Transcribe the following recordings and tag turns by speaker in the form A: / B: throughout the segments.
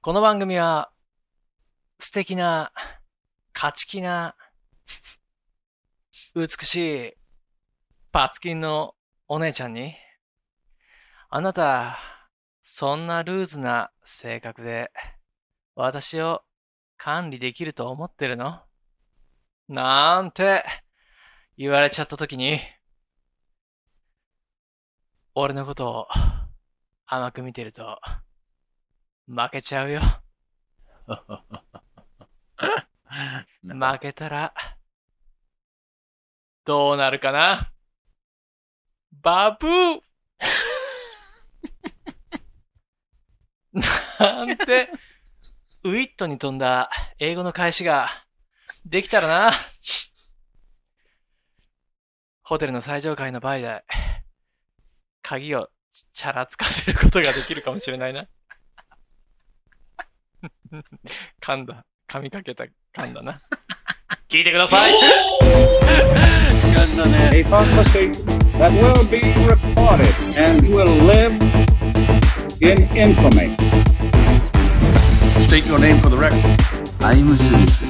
A: この番組は、素敵な、勝ち気な、美しい、パツキンのお姉ちゃんに、あなた、そんなルーズな性格で、私を管理できると思ってるのなんて、言われちゃった時に、俺のことを甘く見てると、負けちゃうよ。負けたら、どうなるかなバブーなんて、ウィットに飛んだ英語の返しができたらな。ホテルの最上階のバイで、鍵をチャラつかせることができるかもしれないな。噛んだ。噛みかけた噛んだな。 聞いてください
B: a prophecy that will be recorded and will live in infamy.
C: State your name for the record.
D: I'm Smith.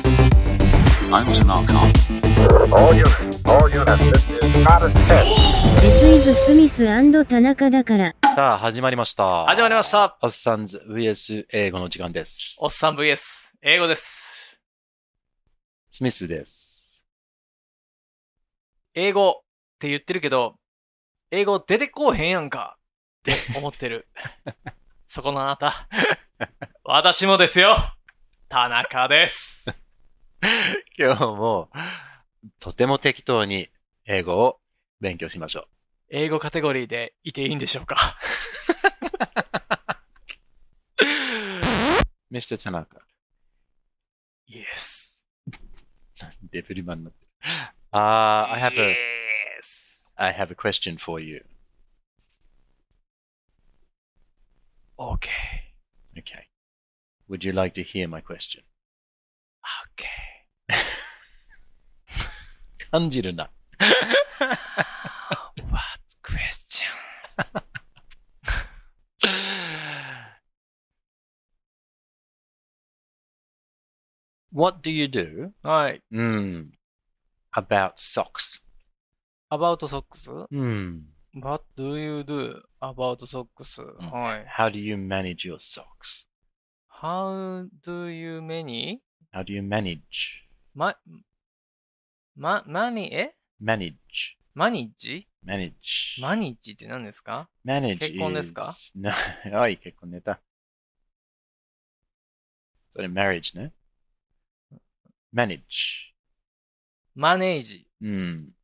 D: I'm an archon.
E: All units, all units, this is not a test.
F: ジスイズ・スミス田中だから。
G: さあ、始まりました。
A: 始まりました。
G: おっさんず VS 英語の時間です。
A: おっさん VS、英語です。
G: スミスです。
A: 英語って言ってるけど、英語出てこうへんやんかって思ってる。 そこのあなた。私もですよ。田中です。
G: 今日も、とても適当に英語を勉強しましょう。
A: 英語カテゴリーでいていいんでしょうか
G: Mr. Tanaka、
A: ?Yes.
G: デブリマンになってる。あ、I have a,
A: Yes.
G: I have a question for you.
A: Okay.
G: Okay. Would you like to hear my question?
A: Okay.
G: 感じるな。
A: What question?
G: What do you do?
A: はい。
G: うん。about socks.
A: about socks?
G: うん。
A: What do you do about socks?
G: ん
A: はい。
G: How do you manage your socks?
A: How do you many?
G: How do you manage?
A: ま、ま、マニ、え
G: Manage.
A: マニッジ
G: manage.
A: マニッジって何ですか
G: manage
A: 結婚ですか
G: is- な はい、結婚ネタ。それ、marriage ね。manage。
A: マネージ。
G: うん。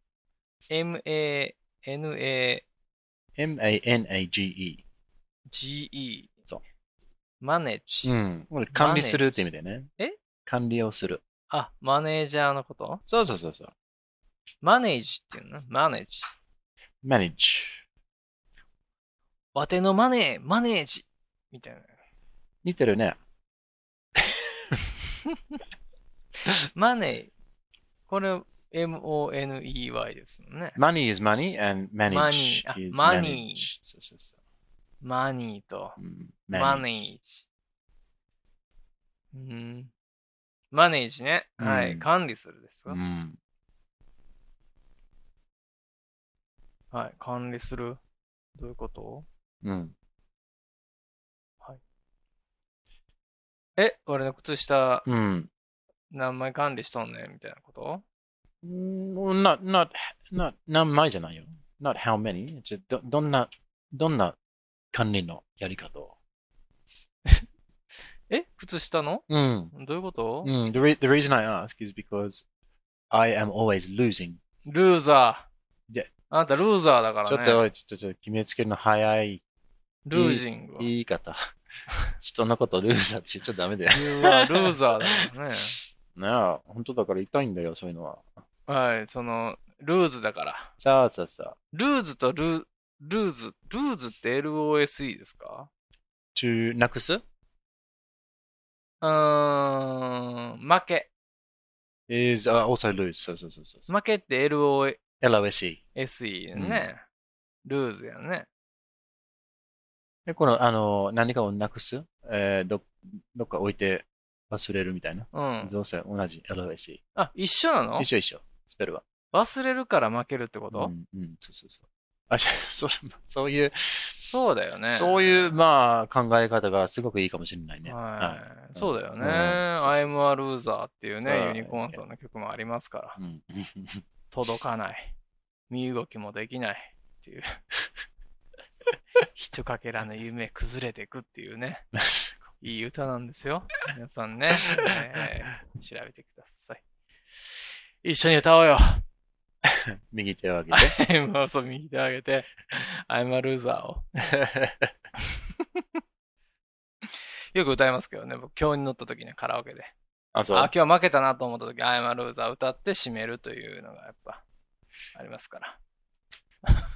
A: M-A-N-A-G-E。
G: m-a-n-a-g-e。そう
A: マネージ。
G: うん。これ管理するって意味だよね。
A: え
G: 管理をする。
A: あ、マネージャーのこと
G: そうそうそうそう。
A: マネージっていうのマネージ。
G: manage。
A: わてのマネー、マネージ。みたいな。
G: 似てるね。
A: マネー。これ、M-O-N-E-Y ですもんね。
G: money is money and manage
A: Money あ
G: is
A: money
G: manage. そうそうそ
A: マニーと
G: う。うん
A: マネージ。うん。マネージね。は
G: う
A: い。
G: ん
A: 管理するです
G: う
A: よ。
G: ん。
A: はい。管理する。どういうこと
G: うん。
A: え、俺の靴下
G: うん。
A: 何枚管理しとんねんみたいなこと
G: うん not, not, not, 何枚じゃないよ。not how many. じゃど、どんな、どんな管理のやり方を。
A: え、靴下の
G: うん。
A: どういうこと、
G: うん。The, re- the reason I ask is because I am always losing.
A: ルーザー。
G: いや
A: あなたルーザーだから
G: ちょ
A: ね。
G: っと、おいちょっと、ちょっと、決めつけるの早い
A: ルージングは。
G: 言い方。 人のことルーザーって言っちゃダメだよ。
A: You are ルーザーだから ね。
G: なあ、本当だから痛いんだよ、そういうのは。
A: はい。その、ルーズだから。
G: さあさあさあ。
A: ルーズとルー、ルーズ、ルーズって LOSE ですか
G: to なくす
A: うーん、負け。
G: is、uh, also lose. そうそうそうそう。
A: 負けって LOSE
G: LOSE。
A: やね。ルーズやね。
G: で、この、あの、何かをなくす、えーどどっか置いて忘れるみたいな。
A: うん。
G: どうせ同じ LAC。
A: あ、一緒なの
G: 一緒一緒。スペルは。
A: 忘れるから負けるってこと、
G: うん、うん、そうそうそう。あ、 そそれそういう、
A: そうだよね。
G: そういう、まあ、考え方がすごくいいかもしれないね。は
A: はい。そうだよね。
G: うんそうそうそう
A: I'm a loser っていう
G: そう
A: ね、ユニコーンさんの曲もありますから。
G: い。うん。
A: 届かない。身動きもできない。っていう。 人かけらの夢崩れていくっていうね。いい歌なんですよ。皆さんね、えー調べてください。一緒に歌 おうよ。
G: 右手 を上げて。
A: マウスを右手上げて、I'm a loser を。よく歌いますけどね、僕、今日に乗った時にカラオケで。
G: あ、そう。
A: あ、今日負けたなと思った時、I'm a loser 歌って締めるというのがやっぱありますから。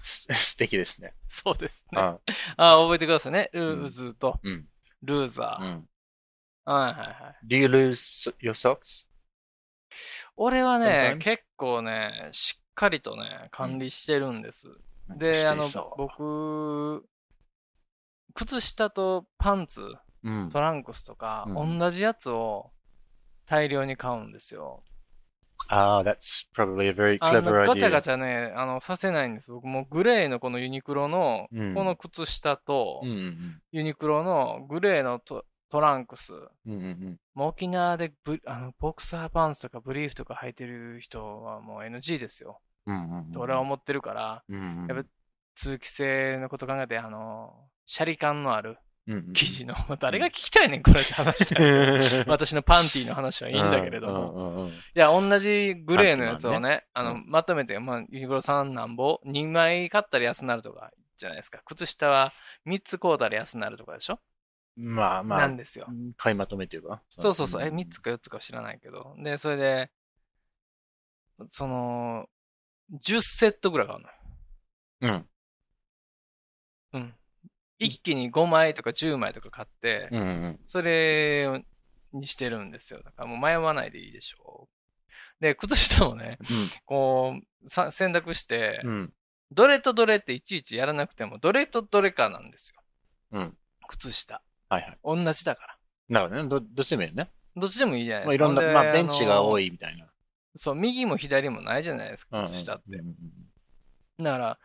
G: す素敵ですね。
A: そうですね。
G: あ
A: あ、覚えてくださいね。
G: う
A: ル
G: ん
A: ーズと、
G: うん
A: ルーザ
G: う
A: ー、
G: ん。
A: はいはいはい。
G: Do you lose your socks?
A: 俺はね
G: Sometimes？、
A: 結構ね、しっかりとね、管理してるんです。で、
G: して
A: あ
G: い
A: の
G: そ、う
A: 僕、靴下とパンツ、
G: うん。
A: トランクスとか、
G: うん
A: 同じやつを大量に買うんですよ。
G: ああ、that's probably a very
A: あ
G: clever
A: の
G: idea.
A: ガチャガチャね、あの、させないんです。僕もうグレーのこのユニクロの、
G: うん
A: この靴下と、
G: うんうん
A: ユニクロのグレーのトトランクス、
G: うん。うんうん
A: もう沖縄でブあのボクサーパンツとかブリーフとか履いてる人はもう NG ですよ。
G: うん。うんうんうん
A: と俺は思ってるから、
G: うんうん
A: やっぱ通気性のこと考えて、あの、シャリ感のある
G: うんうん
A: 生地の、 誰が聞きたいねん、これって話 だよ私のパンティーの話はいいんだけれども。
G: も。うんうんうん
A: いや、同じグレーのやつをね、あ
G: マンね
A: の、まとめて、まあ、ユニクロ3なんぼ、2枚買ったら安なるとかじゃないですか。靴下は3つ買うたら安なるとかでしょ、
G: まあま
A: な
G: あ
A: ん、ですよ。
G: 買いまとめというか。
A: そうそうそう、え、
G: ん
A: 3つか4つか知らないけど。で、それで、その、10セットぐらい買うの。
G: うん。
A: うん。一気に5枚とか10枚とか買って、
G: うんうん
A: それをにしてるんですよ。だからもう迷わないでいいでしょう。で、靴下もね、 こう、さ選択して、
G: うん。うん。
A: どれとどれっていちいちやらなくても、どれとどれかなんですよ。
G: うん
A: 靴下。
G: はいはい。
A: 同じだから。
G: なるほどね。どどっちでもいいよね。
A: どっちでもいいじゃない
G: ま
A: で
G: あ、
A: す
G: い
A: か。
G: ろんな、
A: ほで
G: まあ、ベンチが多。
A: あの
G: いみたいな。
A: そう、右も左もないじゃないです
G: うんう
A: か、
G: ん
A: 靴下って。
G: うんうん
A: だから、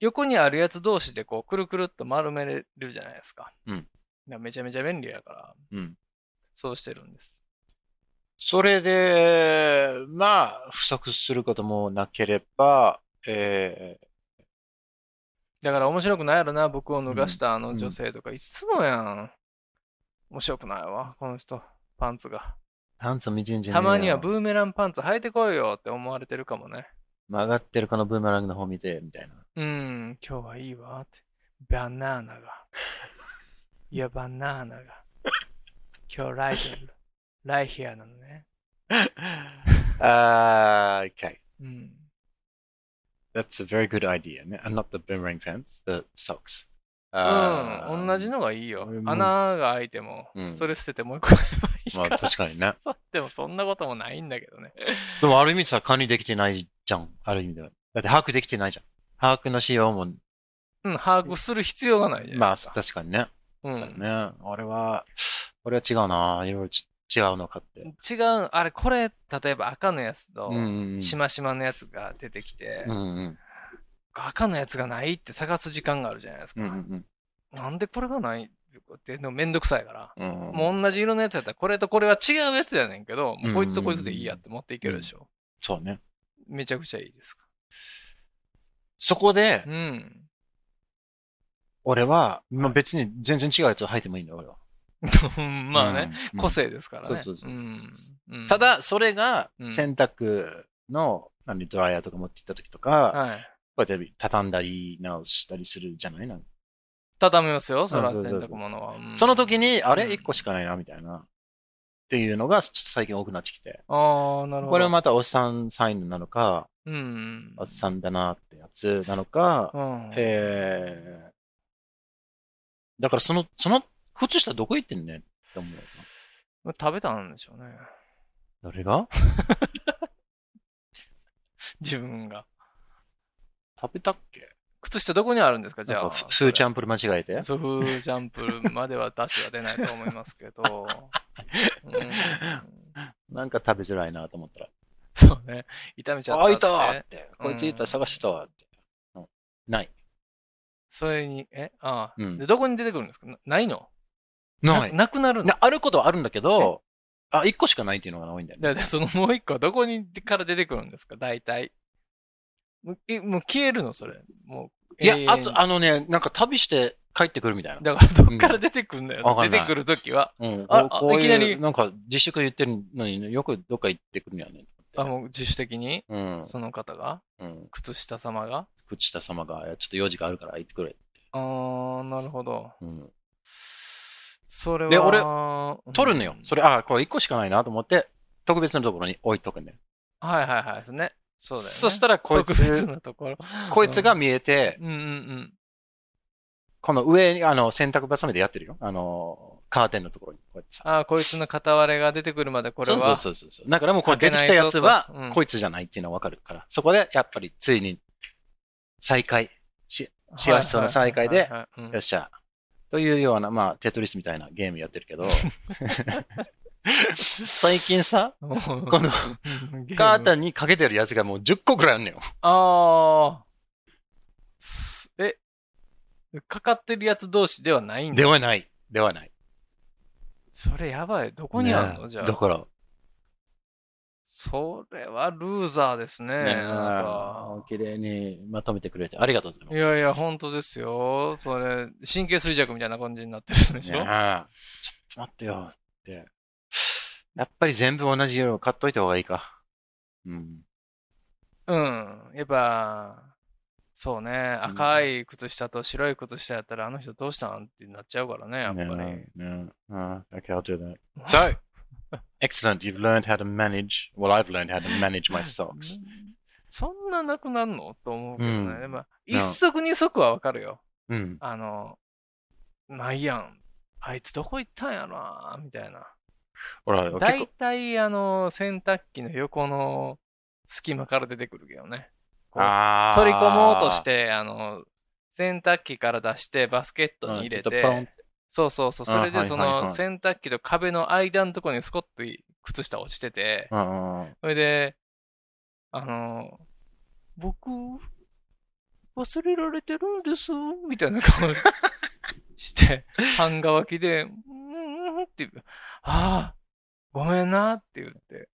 A: 横にあるやつ同士でこう、くるくるっと丸めれるじゃないですか。
G: うん
A: だからめちゃめちゃ便利やから、
G: うんうん。
A: そうしてるんです。
G: それで、まあ、不足することもなければ、え
A: だから面白くないやろな、僕を脱がしたあの女性とか、いつもやん。面白くないわ、この人。パンツが。
G: ー、パンツを見てんじゃね
A: た
G: えよ
A: まにはブーメランパンツ履いてこいよって思われてるかもね。
G: 曲がってるこのブーメランの方見て、みたいな。
A: うん、今日はいいわって。バナ ナが。いや、バナナが。今日ライトライヒアなのね。
G: あー、okay.
A: うん。
G: That's a very good idea. And not the boomerang pants, the socks.
A: う
G: あ
A: ん、
G: ー
A: 同じのがいいよ
G: 俺。も
A: 穴が開いても、
G: うん
A: それ捨ててもう一個買えばいい
G: ま
A: か
G: あ、
A: ら。
G: 確かにね。
A: そう でもそんなこともないんだけどね。
G: でも、ある意味さ、管理できてないじゃん。ある意味では。だって、把握できてないじゃん。把握の仕様も、
A: うん、把握する必要がないじゃない
G: ま
A: で
G: あ、
A: すか。
G: 確かにね。
A: ま
G: そうね。俺は、俺は違うな。いろいろち違うの買って。
A: 違う、あれ、これ、例えば赤のやつと、
G: ん
A: しましまのやつが出てきて、
G: うんうん。
A: 赤のやつがないって探す時間があるじゃないですか。
G: うんうん
A: なんでこれがないってのめんどくさいから。
G: うん。もう
A: も
G: ん、
A: う同じ色のやつやったら、これとこれは違うやつやねんけど、もうこいつと
G: うんう
A: こ
G: んうん
A: いつでいいやって持っていけるでしょ。
G: そうね。
A: めちゃくちゃいいですか。
G: そこで
A: う、ん。
G: 俺は、まあ別に全然違うやつを履いてもいいの、俺は。
A: まあね、
G: うん。
A: 個性ですからね。
G: そうそうそうそうそうそ
A: うんうん
G: た、だ、それが
A: う、ん
G: 洗濯の、何、ドライヤーとか持って行った時とか、
A: はい。
G: こうやって畳んだり、直したりするじゃないなんか
A: 畳みますよ、そら
G: そ
A: 洗
G: うそうそうそう
A: 濯物は。うん
G: その時に、あれ
A: うん
G: 一個しかないな、みたいな。っていうのが、ちょっと最近多くなってきて。
A: ああ、なるほど。
G: これもまたおっさんサインなのか、
A: うん。
G: おっさんだなってやつなのか、
A: うん。
G: えー、だからその、その靴下どこ行ってんねんって思うよ
A: 食べたんでしょうね。
G: な。誰が
A: 自分が。
G: 食べたっけ
A: 靴下どこにあるんですかじ
G: なん
A: ゃ
G: か
A: あ。
G: フフーチャンプル間違えて。
A: そうフージャンプルまではダッシュは出ないと思いますけ ど。うん
G: なんか食べづらいなと思ったら。
A: そうね。痛めちゃ
G: あ、い
A: った
G: た
A: っ。
G: ってて。こいついた、探してたわって。うんない。
A: それに、えああ、
G: うん
A: で、どこに出てくるんですかなないの
G: ない。
A: なくなるの
G: なあることはあるんだけど、あ、一個しかないっていうのが多いんだよね。
A: だからそのもう一個はどこにから出てくるんですか大体。もうえもう消えるのそれ。もう。
G: いや
A: 永遠、
G: あ
A: に
G: と、あのね、なんか旅して帰ってくるみたいな。
A: だからどっから出てくるんだよ。
G: わかん
A: 出
G: ない
A: てくるときは。
G: うん、
A: あ
G: こ
A: あ
G: うこうい
A: いうきなり
G: なんか自粛言ってるのによくどっか行ってくるんやね。
A: あ、もう自主的に、
G: うん。
A: その方が、
G: うん。
A: 靴下様が。
G: 口下様が、いやちょっと用事があるから行ってくれ。
A: あー、なるほど。
G: うん。
A: それは。
G: で俺
A: うん
G: 取るのよ。それ、あ、これ一個しかないなと思って、特別なところに置いとくんだよ。
A: はいはいはい。ですね。そうだよ、ね。
G: そしたら、こい
A: 特別
G: つ、
A: なところ。
G: こいつが見えて、
A: うんうんうん。
G: この上に、あの、洗濯ばさみでやってるよ。あの、カーテンのところに、こいつ。
A: あー、こいつの片割れが出てくるまでこれは。
G: そうそうそうそう。だからもうこれ出てきたや
A: 開けない
G: つ
A: ぞ
G: は
A: とうん、
G: こいつじゃないっていうのはわかるから、そこでやっぱりついに再会、幸せそうな再会で
A: はいはいはいはいうん
G: よっしゃ。というような、まあ、テトリスみたいなゲームやってるけど、最近さ、このカーテンにかけてるやつがもう10個くらいあんのよ。
A: ああ。すえ、かかってるやつ同士ではないんだ。
G: ではない。ではない。
A: それやばい。どこにあるの、
G: ねえ
A: じゃ
G: だ
A: あ。
G: から、
A: それはルーザーですね。
G: ねえ
A: あなた
G: 綺麗にまとめてくれてありがとうございます。
A: いやいや、本当ですよ。それ、神経衰弱みたいな感じになってるでしょ、
G: ねえちょっと待ってよって。やっぱり全部同じ色を買っといた方がいいか。うん。
A: うん。やっぱ、そうね。赤い靴下と白い靴下やったら、あの人どうしたんってなっちゃうからね、やっぱり。
G: No, no, no. Okay, I'll do that. So, excellent. You've learned how to manage. Well, I've learned how to manage my socks.
A: そんななくなるのと思うけどね。
G: うん
A: でも一足二足はわかるよ。
G: うん。
A: あの、ないやん。あいつどこ行ったんやろなみたいな。
G: ほら、結
A: だい
G: 構、
A: たいあの、洗濯機の横の隙間から出てくるけどね。こう
G: あー
A: 取り込もうとし、て、あの、洗濯機から出してバスケットに入れ
G: うんちょっとポン
A: て、そうそうそう、それ
G: あ
A: で
G: はい
A: そ
G: はいは
A: の
G: い
A: 洗濯機と壁の間のところにスコッと靴下落ちてて、
G: うんうん
A: それで、あの、僕、忘れられてるんです、みたいな顔 して、半乾きで、うーんって言う、ああ、ごめんなって言って、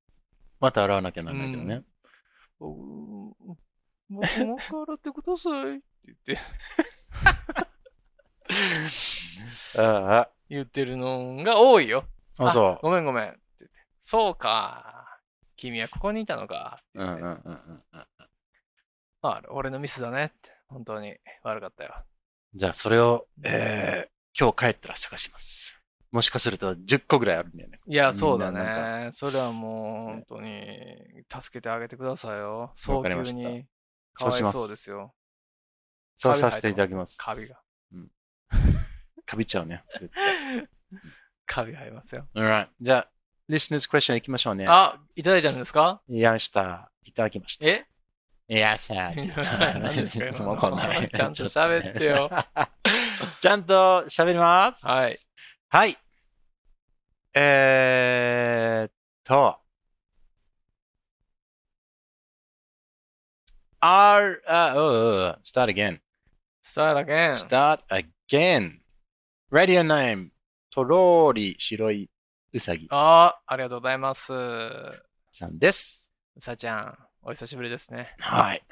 G: また洗わなきゃなんないけどね。
A: 僕、僕もう一回洗ってくださいって言って、
G: あ
A: 言ってるのが多いよ。
G: あ、あそう。
A: ごめんごめんって言って、そうか、君はここにいたのかって
G: う
A: 言
G: ん
A: っ
G: う
A: て
G: んうんうんうん。
A: あ俺のミスだねって、本当に悪かったよ。
G: じゃあ、それを、えー、今日帰ったら探します。もしかすると10個ぐらいあるんだよね。
A: いや、そうだ
G: みんな
A: ね。それはもう、本当に、助けてあげてくださいよ。早
G: かり
A: 急
G: ました
A: に。か
G: そ
A: わ
G: う
A: い
G: します
A: そうですよ。
G: そうさせていただきます。
A: カビ。が。
G: カビちゃうね。絶対
A: カビ生えますよ。
G: Alright. じゃあ、listeners question 行きましょうね。
A: あ、いただいたんですか
G: いやした。いただきました。
A: え
G: い やさ、ちょ
A: 何ですか
G: っ
A: 今
G: と、
A: の
G: わかんない。
A: ちゃんと喋ってよ。
G: ちゃんと喋ります。
A: はい。
G: はい。えーっと。R, uh, oh, start again.
A: スターラケン。
G: Start again. Radio name. とろーり白いうさぎ
A: あありがとうございます。う
G: さんです。
A: さちゃん、お久しぶりですね。
G: はい。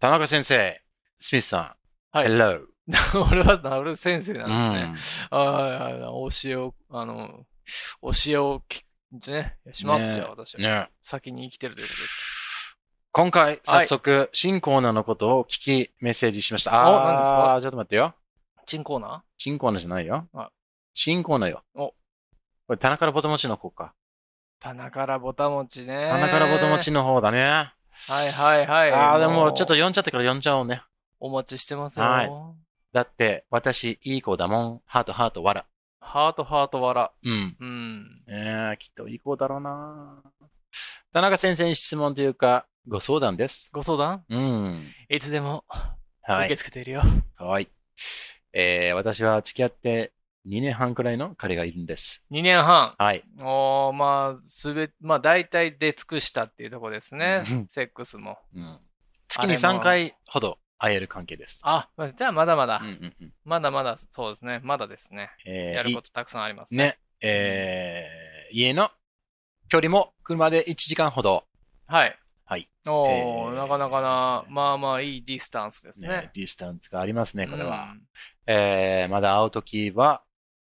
G: 田中先生、スミスさん、
A: はい
G: Hello。
A: 俺はナウル先生
G: う
A: なんですね。
G: ん。
A: はいはいはい。教えを、あの、教えを聞く、ね、しますよ、私は。
G: ね
A: 先に生きてるということです。
G: 今回、早速、新コーナーのことを聞き、メッセージしました。
A: お何ですか
G: あーちょっと待ってよ。
A: チンコーナ
G: 新コーナーじゃないよ
A: あ。
G: 新コーナーよ。
A: お
G: これ、田中らぼともちの方か。
A: ー棚からぼたもちね。
G: 田中らぼともちの方だね。
A: はいはいはい。
G: ああ、でも、ちょっと読んじゃったから読んじゃおうね。
A: お待ちしてますよ。
G: はいだって、私、いい子だもん。ハート、ハート、わら。
A: ハートハート笑。
G: うん。
A: うん。
G: ええきっといい子だろうな。田中先生に質問というか、ご相談です。
A: ご相談
G: うん。
A: いつでも
G: は
A: 受け
G: い。
A: 付けているよ。
G: はい。えー、私は付き合って2年半くらいの彼がいるんです。
A: 2年半。
G: はい。
A: おーまあ、すべ、まあ、大体出尽くしたっていうとこですね
G: うん。
A: セックスも。
G: うん、月に
A: あれも
G: 3回ほど会える関係です。
A: あ、じゃあまだまだ
G: うん、うんうん
A: まだまだ、そうですね。まだですね。
G: えー
A: やることたくさんあります
G: い。ね、えー家の距離も車で1時間ほど、
A: はい。
G: はい。
A: おー
G: えー
A: なかなかな、まあまあいいディスタンスです
G: ね
A: ね。
G: ディスタンスがありますね、これは。
A: うん
G: えーまだ会うときは、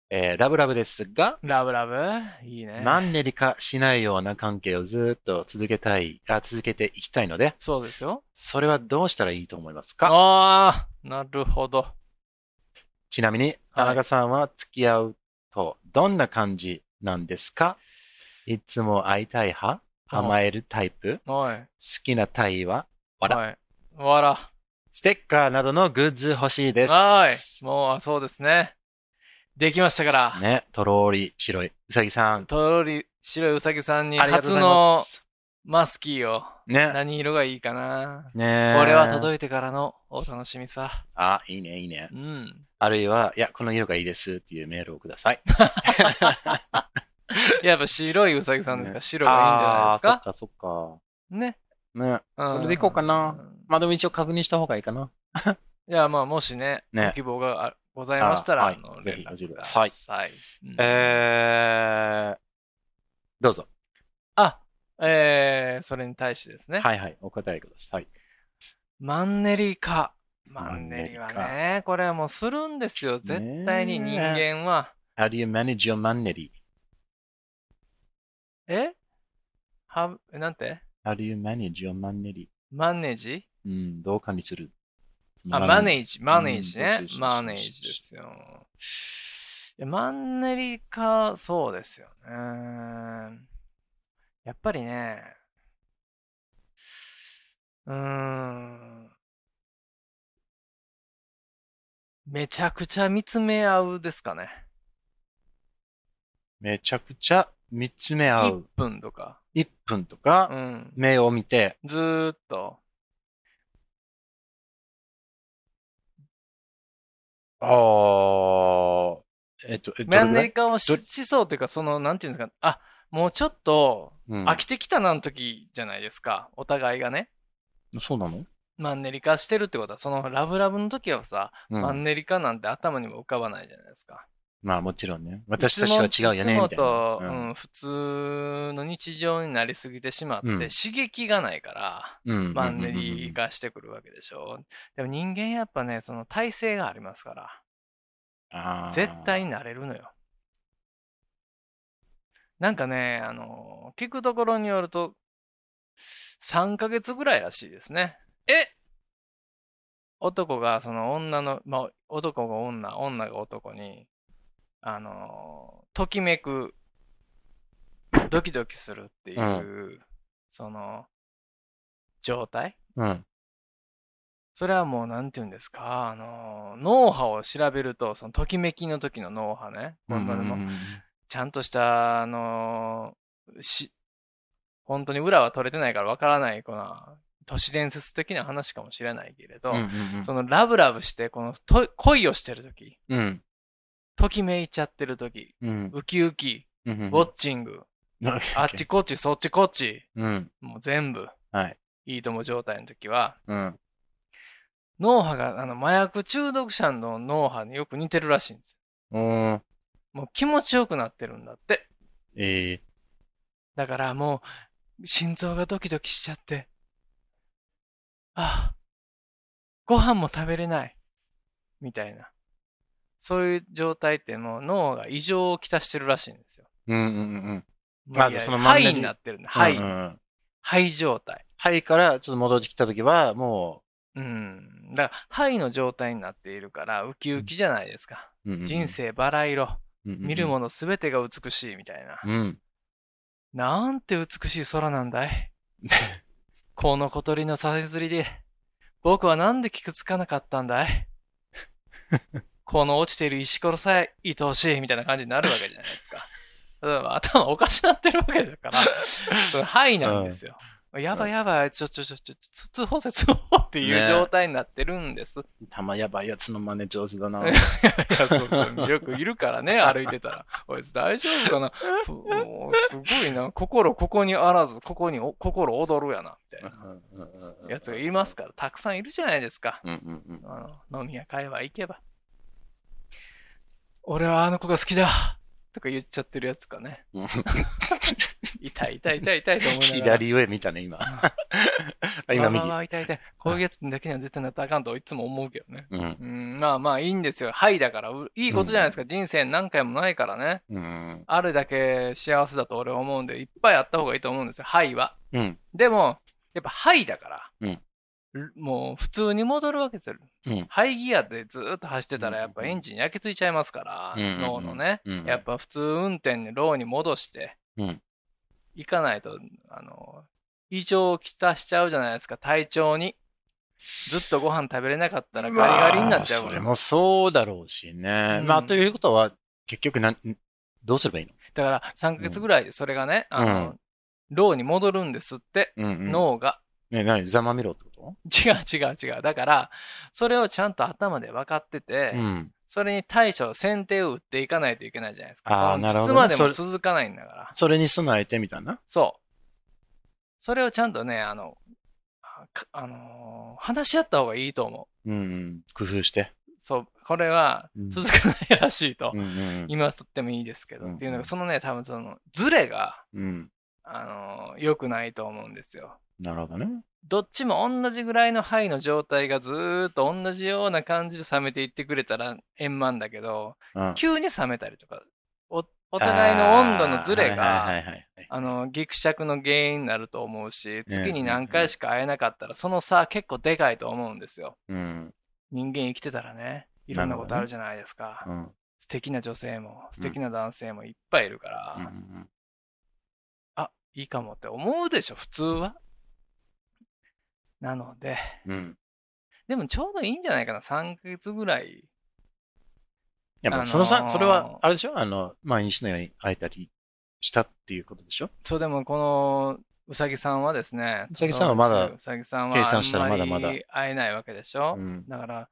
G: えーラブラブですが、
A: ラブラブいいね。
G: マンネリ化しないような関係をずっと続けたい、あ続けていきたいので、
A: そうですよ。
G: それはどうしたらいいと思いますか
A: ああ、なるほど。
G: ちなみに、田中さんは付き合うとどんな感じなんですかいつも会いたい派
A: うん
G: 甘えるタイプ
A: おい。
G: 好きなタイはわら
A: はい。わら。
G: ステッカーなどのグッズ欲しいです。
A: はい。もうあ、そうですね。できましたから。
G: ね、とろーり白い。うさぎさん、
A: とろり白いうさぎさんに
G: ありがとうご
A: 初
G: ざいま
A: の
G: す。
A: マスキーを
G: ね。
A: 何色がいいかな。
G: ね
A: これは届
G: い
A: いてからのお楽しみさ。
G: あ、いいね、いいね
A: う。ん。
G: あるいは、いや、この色がいいですっていうメールをください。
A: やっぱ白いうさぎさんですから、
G: ね
A: 白がいいんじゃないですか。
G: あーそっかそ
A: ね。
G: っか。ね。
A: ん
G: それでいこうかな。まあでも一応確認した方がいいかな。
A: いや、まあ、もしね、
G: ね
A: ご希望があございましたら、
G: あ
A: あ
G: はい
A: の
G: ぜ
A: 連
G: ひ
A: 絡くだ
G: は
A: さ
G: い
A: い。うん
G: えー、どうぞ。
A: あ、えー、それに対してですね。
G: はいはい、お答えください。
A: マンネリ化。マ
G: マン
A: ン
G: ネ
A: ネ
G: リ
A: リ
G: 化
A: はね、これはもうするんですよ。絶対に人間は。
G: How do you manage your manery?
A: えは、なんて
G: How do you manage your manery?
A: マンネージ
G: うん、どう管理する
A: あ、マネージ、マネージ
G: うん
A: ね
G: そうそう。そ
A: マ
G: うそう
A: ネージですよ。いやマンネリ化、そうですよね。やっぱりね、うーん、めちゃくちゃ見つめ合うですかね。
G: めちゃくちゃ見つめ合
A: 1
G: う。
A: 分とか。
G: 1分と
A: う
G: か、
A: ん。
G: 目を見て、
A: ずーっと。
G: あー、えっと、えどれ
A: マ
G: ぐ
A: ンネ
G: らい
A: リ化をし
G: どれ
A: しそうというか、その、なんていうんですか、あ、もうちょっと、
G: うん
A: 飽きてきたなの時じゃないですか。お互いがね。
G: そうなの
A: マンネリ化してるってことは、そのラブラブの時はさ、
G: うん
A: マンネリ化なんて頭にも浮かばないじゃないですか。
G: まあもちろんね。私たちは違うよね、
A: いつも
G: みたいな。
A: と、
G: う
A: うん
G: ん
A: 普通の日常になりすぎてしまって、
G: うん
A: 刺激がないから、
G: うん
A: マンネリ化してくるわけでしょ。でも人間やっぱね、その体性がありますから、
G: あー
A: 絶対になれるのよ。なんかね、あの、聞くところによると、3ヶ月ぐらいらしいですね。
G: え
A: 男がその女の、まあ、男が女女が男にあのーときめくドキドキするっていう、その状態
G: うん。
A: それはもう何て言うんですかあのー脳波を調べるとそのときめきの時の脳波ね、まあまあでもちゃんとしたあのーし本当に裏は取れてないからわからないこの都市伝説的な話かもしれないけれど、
G: うんうんうん
A: そのラブラブして、このと恋をしてるとき、
G: うん
A: ときめいちゃってるとき、
G: うん
A: ウキウキ、
G: うん
A: ウ
G: うん
A: ォッチング、あっちこっち、そっちこっち、
G: うん。
A: もう全部、
G: はい。
A: いいとも状態のときは、
G: うん。
A: 脳波が、あの、麻薬中毒者の脳波によく似てるらしいんです
G: うん。
A: よ。もう気持ちよくなってるんだって。
G: え
A: だからもう、心臓がドキドキしちゃって、ああ、ご飯も食べれない、みたいな。そういう状態ってもう脳が異常をきたしてるらしいんですよ。
G: ーうんうんうんうん。
A: まあ
G: あ、そのマン
A: ハ
G: ネリ
A: イになってるね。ハイ、
G: うん
A: ハイ状態。
G: はいからちょっと戻ってきたときは、も
A: うん。だから、ハイの状態になっているから、ウキウキじゃないですか。
G: う、
A: 人生バラ色、見る
G: ん。
A: ものすべてが美しいみたいな。
G: うん。
A: なんて美しい空なんだ い。この小鳥のさえずりで、僕はなんで傷つかなかったんだ い。この落ちている石ころさえ愛おしいみたいな感じになるわけじゃないですか。だから頭おかしなってるわけだから、それハイなんですよ。やばいやばい、ちょちょちょちょ、つ通報せ通報っていう
G: ね
A: 状態になってるんです。
G: たまやばいやつの真似上手だな。
A: いやそうよくいるからね、歩いてたら。こいつ大丈夫かなふもうすごいな。心ここにあらず、ここにお心躍るやな、みたいなやつがいますから、たくさんいるじゃないですか。
G: うんうんうん。
A: あの飲み屋会話行けば。俺はあの子が好きだとか言っちゃってるやつかね。
G: うん
A: 痛い痛い痛い痛いと思いながら。
G: 左上見たね、 今。あ
A: ま
G: 今
A: あまあ
G: 右
A: ま。あ痛い痛い。こういうやつだけには絶対なったらあかんといつも思うけどね。
G: うん。
A: うん、まあまあいいんですよ。はいだから、ういいことじゃないですか。人生何回もないからね。
G: うん。
A: あるだけ幸せだと俺は思うんで、いっぱいあった方がいいと思うんですよ。はいは。
G: うん。
A: でも、やっぱはいだから、もう普通に戻るわけですよ。
G: うん
A: ハイギアでずーっと走ってたら、やっぱエンジン焼けついちゃいますから、
G: うんうんうん
A: 脳のね。
G: うん
A: やっぱ普通運転にローに戻して、
G: うん
A: 行かないと、あの、異常をきたしちゃうじゃないですか、体調に。ずっとご飯食べれなかったらガリガリになっちゃうから
G: まあそれもそうだろうしね。
A: うん
G: まあ、ということは、結局なん、どうすればいい
A: だから3ヶ月ぐらいでそれがね、
G: ん
A: あの、ローに戻るんですって、
G: のうんうん。
A: 脳が。
G: ね、何ざまみろってこ
A: 違う違う違う。だから、それをちゃんと頭で分かってて、
G: とうん。
A: それに対処、先手を打っていかないといけないじゃないですか。
G: あー
A: その
G: なるほど
A: いつまで
G: そ
A: も
G: れ
A: 続かないんだから。
G: それに備えてみたいな。
A: そう。それをちゃんとね、あの、あかあのー話し合った方がいいと思
G: うんうん。工夫して。
A: う。そう、これは
G: うん
A: 続かないらしいと。
G: うんうん
A: 今とってもいいですけど、
G: うん
A: っていうのが、そのね、多分その、ズレが、
G: うん。うん。
A: あのー良くないと思うんですよ。
G: なるほどね。
A: どっちも同じぐらいの範囲の状態がずーっと同じような感じで冷めていってくれたら円満だけど、
G: うん
A: 急に冷めたりとか、おお互いの温度のズレ
G: あーはい
A: が、
G: はいはいはい。
A: あの、ギクシャクの原因になると思うし、月に何回しか会えなかったら、その差結構でかいと思うんですよ。
G: うん。
A: 人間生きてたらね、いろんなことあるじゃないですか。
G: うん。
A: 素敵な女性も、素敵な男性もいっぱいいるから、
G: うんうん
A: あ、いいかもって思うでしょ、普通は。なので、
G: うん。うん。
A: でもちょうどいいんじゃないかな、3ヶ月ぐらい。
G: やっ
A: あの
G: ぱ
A: ー
G: そのさ、それは、あれでしょあの、毎日のように会えたりしたっていうことでしょ
A: そう、でもこのうさぎさんはですね、
G: うさぎさんはまだ
A: うさぎさんは
G: 計算したら
A: あんま
G: ま
A: だ
G: だ
A: ま
G: まだ
A: だ会えないわけでしょ。
G: うん。
A: だから、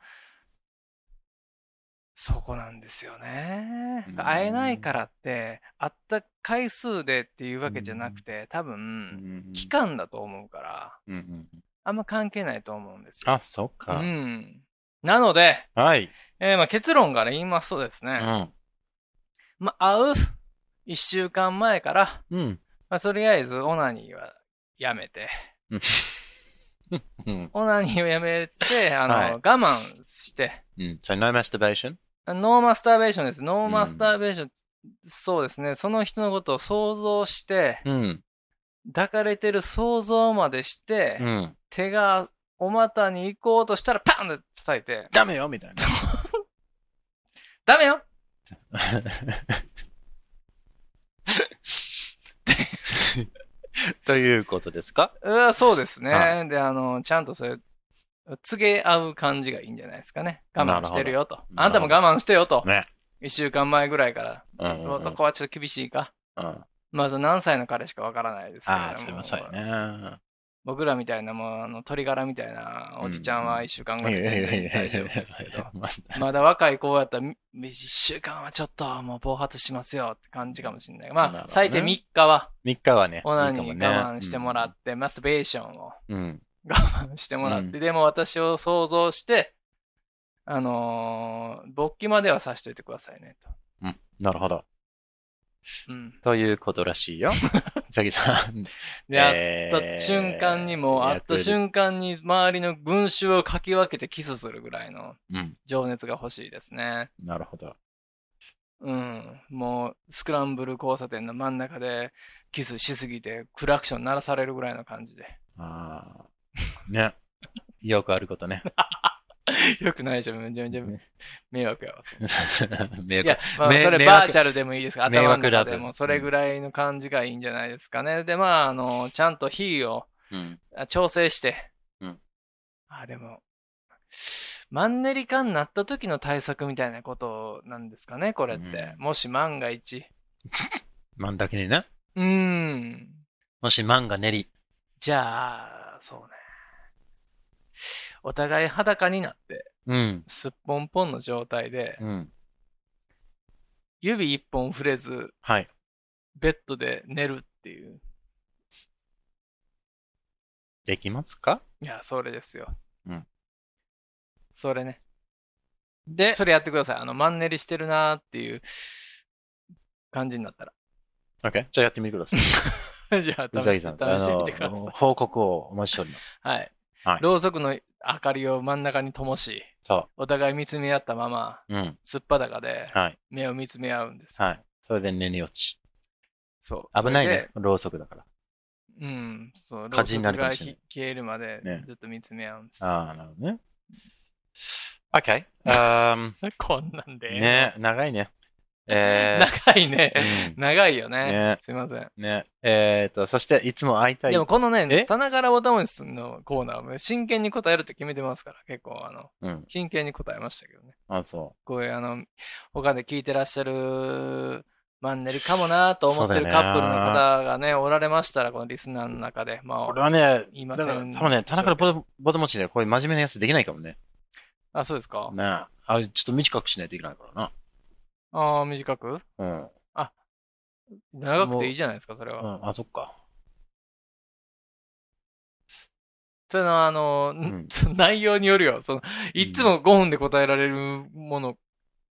A: そこなんですよね
G: う。ん
A: 会えないからって、会った回数でっていうわけじゃなくて、多
G: う
A: 分、
G: ん
A: 期間だと思うから、
G: うんうん。
A: あんま関係ないと思うんですよ。
G: あ、そう
A: う
G: か。
A: ん。なので、
G: はい。
A: えーまあ結論から言いますとです
G: う
A: ね、
G: ん。
A: まあ、会う1週間前から、
G: うん。
A: まあ、とりあえずオナニーはやめて、
G: うん。
A: オナニーをやめて、あの、
G: はい
A: 我慢して、
G: うん。So no masturbation?
A: ノーマスターベーションです。ノーマスターベーション、そうですね、その人のことを想像して、
G: うん。
A: 抱かれてる想像までして、
G: うん。
A: 手がお股に行こうとしたら、パンって叩いて、
G: ダメよみたい な。
A: ダメよ
G: ということですか
A: うわそうですね。
G: は
A: で、あの、ちゃんとそれ、告げ合う感じがいいんじゃないですかね。我慢してるよと。あ
G: なる
A: ん
G: ほ
A: た
G: ど
A: も我慢してよと。
G: ね。
A: 1週間前ぐらいから。
G: うんうんうん。
A: 男はちょっと厳しいか。
G: うん
A: まず何歳の彼しかわからないですけれども
G: ああ、それもそうやね。
A: 僕らみたいなもうあの鳥柄みたいなおじちゃんは1週間ぐらいで全然大丈夫ですけど。まだ若い子やったら1週間はちょっともう暴発しますよって感じかもしれない。
G: なる
A: まあ
G: ほどね
A: 最低3日は
G: 3日はね、
A: オナニ
G: いい
A: ー
G: か
A: 我
G: もね
A: 慢してもらって、マスターベーションを
G: うんうん。
A: 我慢してもらって、
G: う
A: でも私を想像して、あのー勃起まではさしといてくださいね
G: なるほど。
A: と。うん。
G: ということらし いよ。うさぎさん。
A: で、あ
G: え
A: 会っ
G: ー
A: た瞬間にもう会った瞬間に周りの群衆をかき分けてキスするぐらいの
G: うん。
A: 情熱が欲しいですね。
G: なるほど。
A: うん。もうスクランブル交差点の真ん中でキスしすぎてクラクション鳴らされるぐらいの感じで。
G: ああ。ね。よくある ことね。
A: よくないじゃん。めちゃめちゃ迷惑やわ。
G: 迷
A: いや
G: 惑。、
A: まあ、
G: 迷
A: それ
G: 迷惑
A: バーチャルでもいいですが、
G: 迷
A: 頭の
G: 惑ラ
A: 中
G: ブ
A: でもそれぐらいの感じがいいんじゃないですかね。で、まあ、あの、ちゃんと火を
G: うん。
A: あ調整して。
G: うん
A: あ、でも、マンネリ化になった時の対策みたいなことなんですかね、これって。
G: う
A: もし万が一。
G: 真んだけにね。
A: うーん。
G: もし漫画練り。
A: じゃあ、そうね。お互い裸になって、
G: うん。
A: すっぽんぽんの状態で、
G: うん。
A: 指一本触れず、
G: はい。
A: ベッドで寝るっていう。
G: できますか
A: いや、それですよ。
G: うん。
A: それね。
G: で、
A: それやってください。あの、マンネリしてるなーっていう感じになったら。
G: OK。じゃあやってみてください。
A: じゃあ、
G: う
A: 試
G: ざい
A: し
G: さん。
A: て試してみてく
G: あ
A: だ
G: の
A: さい。
G: 報告をお待ちしております。
A: はい。
G: はい
A: ろうそくの明かりを真ん中に灯し、
G: そ
A: お互い見つめ合ったまま、
G: う。うん。
A: すっぱだかで
G: はい。
A: 目を見つめ合うんです。
G: はい。それで寝に落ち。
A: そう。
G: 危ない
A: それ
G: ね
A: で。。
G: ろうそくだから。
A: うん。そう。
G: 火事になるかもしれない
A: ろうそくが消えるまで
G: ね
A: ずっと見つめ合うんです。
G: ああ、なるほどね。OK。Um,
A: こんなんで。
G: ね、長いね。 えー
A: 長いね。
G: う
A: 長いよね。
G: ね
A: すいません。
G: ね、えっ、と、そして、いつも会いたい。
A: でもこの
G: え
A: ね、棚からボタモンさんのコーナーも真剣に答えるって決めてますから、結構あの、
G: うん。
A: 真剣に答えましたけどね。
G: あ、そ
A: こういうあの、他で聞いてらっしゃるマンネリかもなと思って
G: そ
A: る
G: うだよね
A: カップルの方がね、おられましたら、このリスナーの中で。
G: う。
A: ま
G: これ
A: あ、
G: はね、
A: 言いま
G: だ
A: せん
G: から多分ね、田中のボトボト持ちで、こういう真面目なやつできないかもね。
A: あ、そうですか。
G: ねあれ、ちょっと短くしないといけないから
A: ああ、短く
G: な。
A: 長くていいじゃないですか、それ
G: う
A: は。
G: ん。うん、あ、そっか。
A: それの、あの、
G: ん
A: 内容によるよ。その、いつも5分で答えられるもの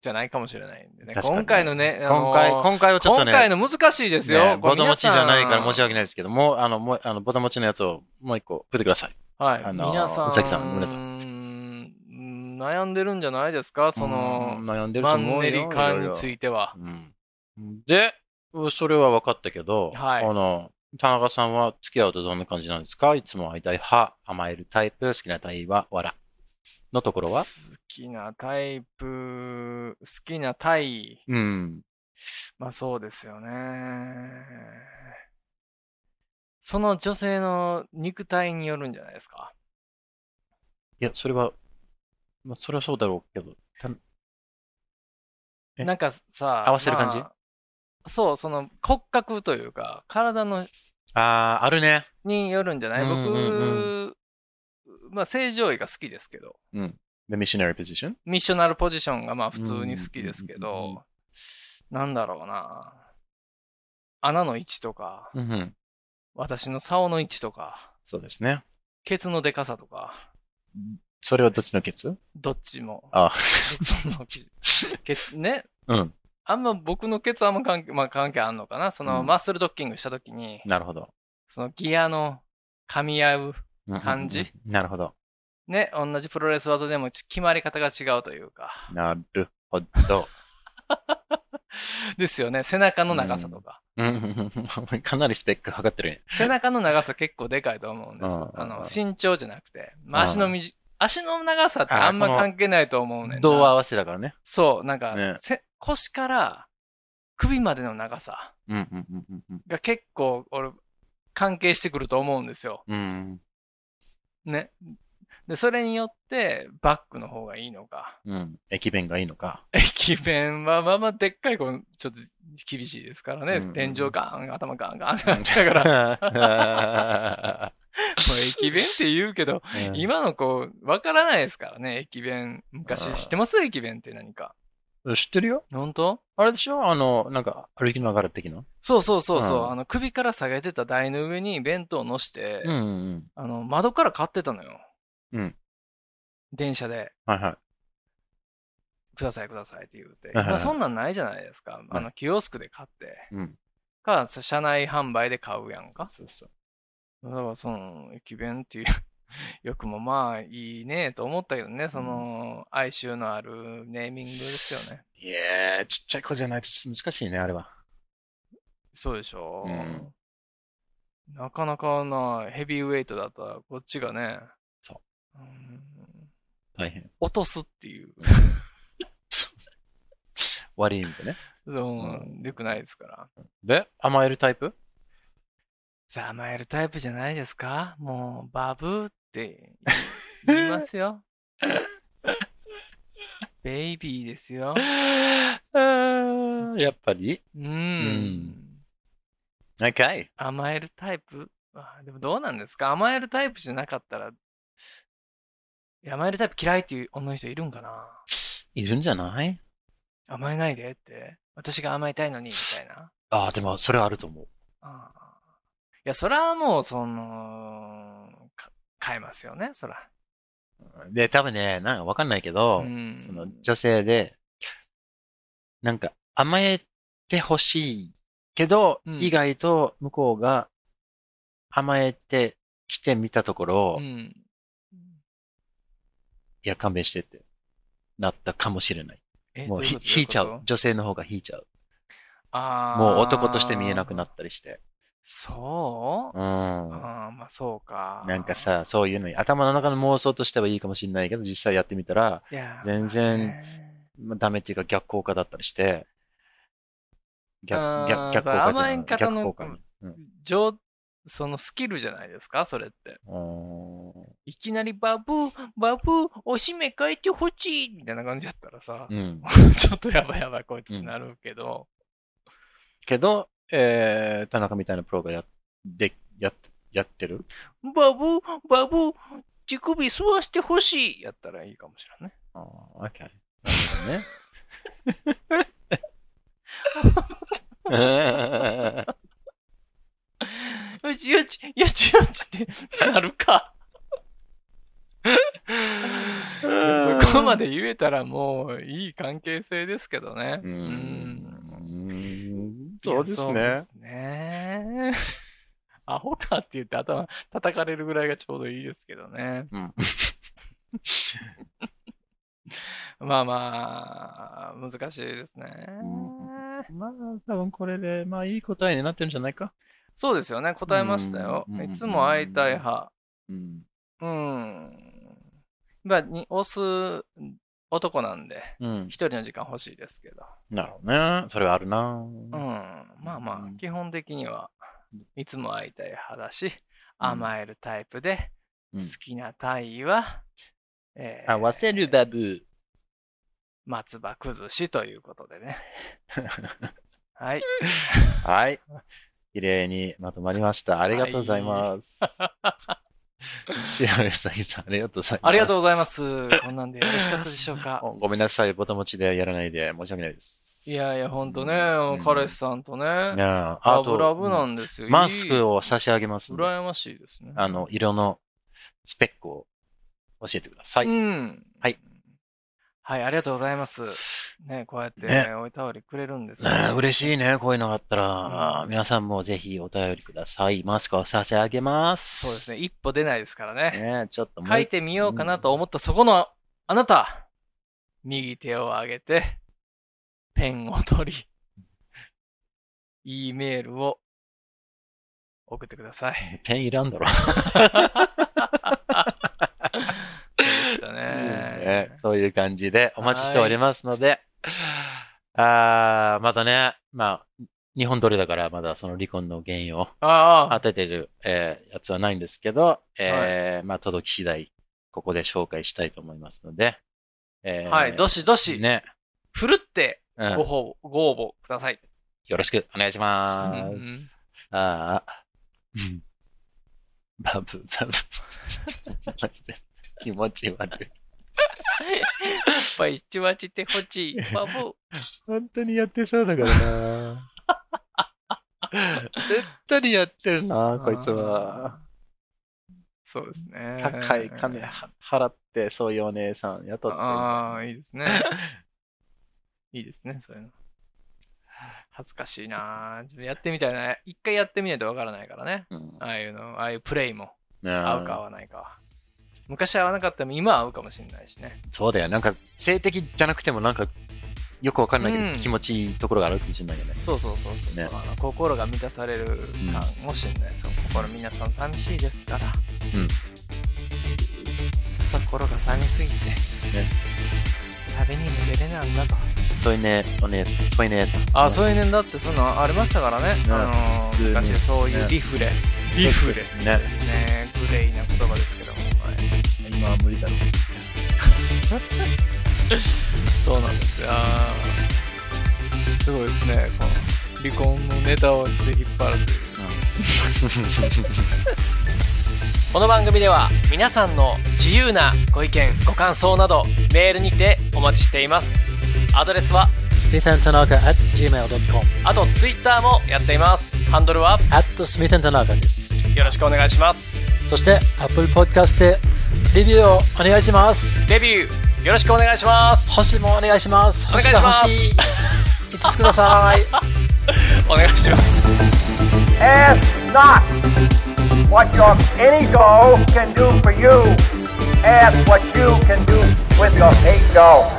A: じゃないかもしれないんでね。
G: 確かに
A: 今回のね、あの
G: 今回、今回はちょっとね、
A: 今回の難しいですよ。
G: ね
A: これ
G: ボト持ちじゃないから
A: 皆
G: 申し
A: さん
G: 訳ないですけど、もう、あの、もう、あの、ボト持ちのやつをもう一個、振ってください。
A: はい。
G: あのー
A: 皆さん、
G: うさぎさんごめんなさいう
A: ーん悩んでるんじゃないですかそ
G: うん
A: の、
G: 悩んでると
A: マ
G: 思
A: ン
G: う
A: ネ
G: よ
A: リ化に
G: いろいろ
A: ついては。
G: うんで、それは分かったけど、
A: はい
G: あの、田中さんは付き合うとどんな感じなんですかいつも会いたい派、甘えるタイプ、好きなタイプは笑。のところ
A: 好
G: は
A: きなタイプ、好きなタイ、
G: うん。
A: まあそうですよね。その女性の肉体によるんじゃないですか。
G: いや、それは、まあ、それはそうだろうけど、たえ
A: なんかさ、
G: 合わせる感じ
A: まあそう、その骨格というか、体の
G: あー、あるね。
A: によるんじゃない、
G: うんうん
A: 僕、まあ、正常位が好きですけど、
G: The missionary position?
A: ミッショナルポジションがまあ普通に好きですけ
G: うんうんうん
A: ど、なんだろうな。穴の位置とか、
G: うんうん。
A: 私の竿の位置とか、
G: そうですね。
A: ケツのでかさとか、
G: それはどっちのケツ
A: どっちも。
G: あ
A: そのケツね。
G: うん。
A: あんま僕のケツあんま関係、まあ関係あんのかな。その、
G: うん
A: マッスルドッキングした時に、
G: なるほど。
A: そのギアの噛み合う、
G: うんうんうん
A: 感じ
G: なるほど。
A: ね、同じプロレス技でも決まり方が違うというか。
G: なるほど。
A: ですよね。背中の長さとか。
G: うんうんうんうんかなりスペック測ってるね。
A: 背中の長さ結構でかいと思うんです。
G: うん
A: あの
G: うん
A: 身長じゃなくて。まあ
G: うん
A: 足のみじ足の長さってあんま
G: あこの
A: 関係ないと思うねんな。
G: 胴合わせだからね。
A: そう、なんか、
G: ね
A: せ腰から首までの長さ
G: うんうんうんうんうん。
A: が結構俺関係してくると思うんですよ。
G: うん。
A: ね。で、それによってバックの方がいいのか。
G: うん。駅弁がいいの か。
A: 駅弁はまあまあでっかい子ちょっと厳しいですからね。
G: うん
A: 天井ガーン、頭ガーンガーン ってなったから、もう
G: ら。
A: 駅弁って言うけど、今の子、わからないですからね、駅弁。昔
G: あー
A: 知ってます駅弁って何か。
G: 知ってるよ
A: 本当
G: あれでしょあの、なんか、歩きながら的な。
A: そうそうそうそう、
G: うん
A: あの、首から下げてた台の上に弁当を乗して、
G: うんうん。
A: あの、窓から買ってたのよ。
G: うん
A: 電車で、
G: はいは
A: くださいくださいって言うて。
G: はいはいはい
A: 今そんなんないじゃないですか。あの、キオスクで買って。
G: い。うん。
A: か、車内販売で買うやんか。
G: そうそう。
A: だからその駅弁っていう よくもまあいいねと思ったけどねその哀愁のあるネーミングですよね
G: いやー、ちっちゃい子じゃないと難しいね、あれは。
A: そうでしょ、
G: うん
A: なかなかなヘビーウェイトだったらこっちがね、
G: そう
A: ん、
G: 大変。
A: 落とすって いう、
G: 悪い意味でね。
A: そうよくないですから
G: で、甘えるタイプ
A: さあ甘えるタイプじゃないですかもうバブーって 言い言いますよベイビーですよ
G: やっぱり。
A: うん、
G: OK。
A: 甘えるタイプあーでもどうなんですか甘えるタイプじゃなかったら、甘えるタイプ嫌いっていう女の人いるんかない
G: るんじゃない
A: 甘えないでって。私が甘えたいのに、 みたいな。
G: ああ、でもそれはあると思う。
A: あーいや、それはもう、その、か変えますよね、そら。
G: で、多分ね、なんかわかんないけど、
A: ん
G: その女性で、なんか甘えてほしいけど、
A: うん
G: 意外と向こうが甘えてきてみたところ、
A: う
G: い
A: ん。
G: や、勘弁してってなったかもしれない。
A: え
G: もう
A: どい
G: ひ
A: こと
G: 引いちゃ
A: どいうこ。
G: 女性の方が引いちゃう。
A: とあー
G: もう男として見えなくなったりして。。
A: そううんあーまあ、そうか。
G: なんか、さ、そういうのに、頭の中の妄想としてはいいかもしれないけど、実際やってみたら、
A: いや
G: 全然。まあダメっていうか逆効果だったりして、
A: あ
G: 逆
A: ー
G: 逆
A: だ
G: 逆効果じゃない
A: から甘え方の
G: 逆効果に。うん
A: 上、そのスキルじゃないですか、それって。いきなりバブー、バブー、おしめ変えてほしいみたいな感じだったらさ、
G: うん。
A: ちょっとやばいやばいこいつってなるけど、
G: けど、えー、田中みたいなプロがやでやっやってる
A: バブー、バブー、乳首吸わしてほしいやったらいいかもしれない。
G: ああ、OK。なるほど ね。
A: よちよち、よちよちってなるか。 そこまで言えたらもういい関係性ですけどね。
G: う
A: うん
G: ん。そうです
A: いやそう
G: ね
A: で。すね。アホかって言って頭叩かれるぐらいがちょうどいいですけどね。
G: うん
A: まあまあ、難しいですね。
G: まあ、多分これで、まあ、いい答えになってるんじゃないか。
A: そうですよね。答えましたよ。
G: うん
A: いつも会いたい派。
G: うん。
A: うん。まあ、に押す男なんで、
G: うん
A: 一。人の時間欲しいですけど。
G: なるほどね。それはあるな。
A: うん。まあま
G: うん
A: あ、基本的には、いつも会いたい派だし、甘えるタイプで、
G: うん
A: 好きな体位は、えー
G: 合わせるバブー。
A: 松葉崩しということで ね。はい。
G: はい。綺麗にまとまりました。ありがとうござい ます。白石さぎさん、ありがとうございます。
A: ありがとうございま。す。こんなんでよろしかったでしょう か。
G: ごめんなさい。ボタン持ちでやらないで、申し訳ないです。
A: いやいや、ほんとね
G: うん、
A: 彼氏さんとね、
G: いやあ
A: ラ
G: と、
A: ブラブなんですよ。
G: マスク
A: を。
G: を差し上げますんで。
A: 羨ましいですね。
G: あの、色のスペックを教えてください。
A: うん。
G: はい。
A: はい、ありがとうございます。ね、こうやってね、
G: ね
A: おいたわりくれるんです
G: ねえ嬉しいね。こういうのがあったら、
A: うん
G: 皆さんもぜひお便りください。マスクを差し上げます。
A: そうですね、一歩出ないですからね。
G: ねえちょっともう
A: 書いてみようかなと思ったそこのあなた、右手を上げて、ペンを取り、E メールを送ってください。
G: ペン いらんだろ。
A: そうでしたね
G: ね。そういう感じでお待ちしておりますので、あーまたね、まあ、日本撮りだからまだその離婚の原因を
A: あ
G: 当ててる、えーやつはないんですけど、えーまあ、届き次第、ここで紹介したいと思いますので、え
A: あ、
G: ー
A: はい、どしどし、
G: ね、
A: ふるって
G: うん
A: ご応募、ご応募ください。
G: よろしくお願いします。ああ。うんバブ、バブ。気持ち悪い。
A: いっぱい一番ちってほ しい。バブ。
G: 本当にやってそうだからな。絶対にやってるな、こいつは。。
A: そうですね。
G: 高い金は払って、そういうお姉さん雇って。
A: ああ、いいですね。 いいですね、そういうの。恥ずかしいなぁ自分やってみたいな。一回やってみないとわからないからね。
G: うん
A: ああいうの、ああいうプレイも
G: ねえ
A: 合うか合わないかは。昔合わなかったも今は合うかもしれないしね。
G: そうだよ。なんか、性的じゃなくても、なんか、よくわかんないけど、
A: うん
G: 気持ちいいところがあるかもしれないよね。
A: そうそうそうそう、
G: ね
A: あの。心が満たされる感もしれないです。心皆さん寂しいですから。
G: うん
A: 心が寂しすぎて。
G: ね
A: 旅に抜けれないんだと。
G: そういうね、お姉さん、そういう姉さん。
A: あ、そういうねんだってそんなんありましたからね。あの
G: 普通
A: ー、
G: に
A: 昔そういうリフレ。リフレ。
G: ね。
A: ねグレイな言葉ですけども。はい
G: 今は無理だろう。
A: そうなんですよ。あ ーすごいですね。この離婚のネタを引っ張るという。この番組では皆さんの自由なご意見ご感想などメールにてお待ちしていますアドレスは
C: smithandtanaka at gmail.com
A: あとツイッターもやっていますハンドルは
C: at smithandtanaka です。
A: よろしくお願いします
C: そして、Apple Podcast でレビューをお願いします。
A: デビューよろしくお願いします
C: 星もお願いします。
A: 願い
C: 星
A: し
C: が
A: ま
C: 欲
A: す
C: しい。5つください。
A: お願いします
E: Ask not what your any doll can do for you. Ask what you can do with your eight doll.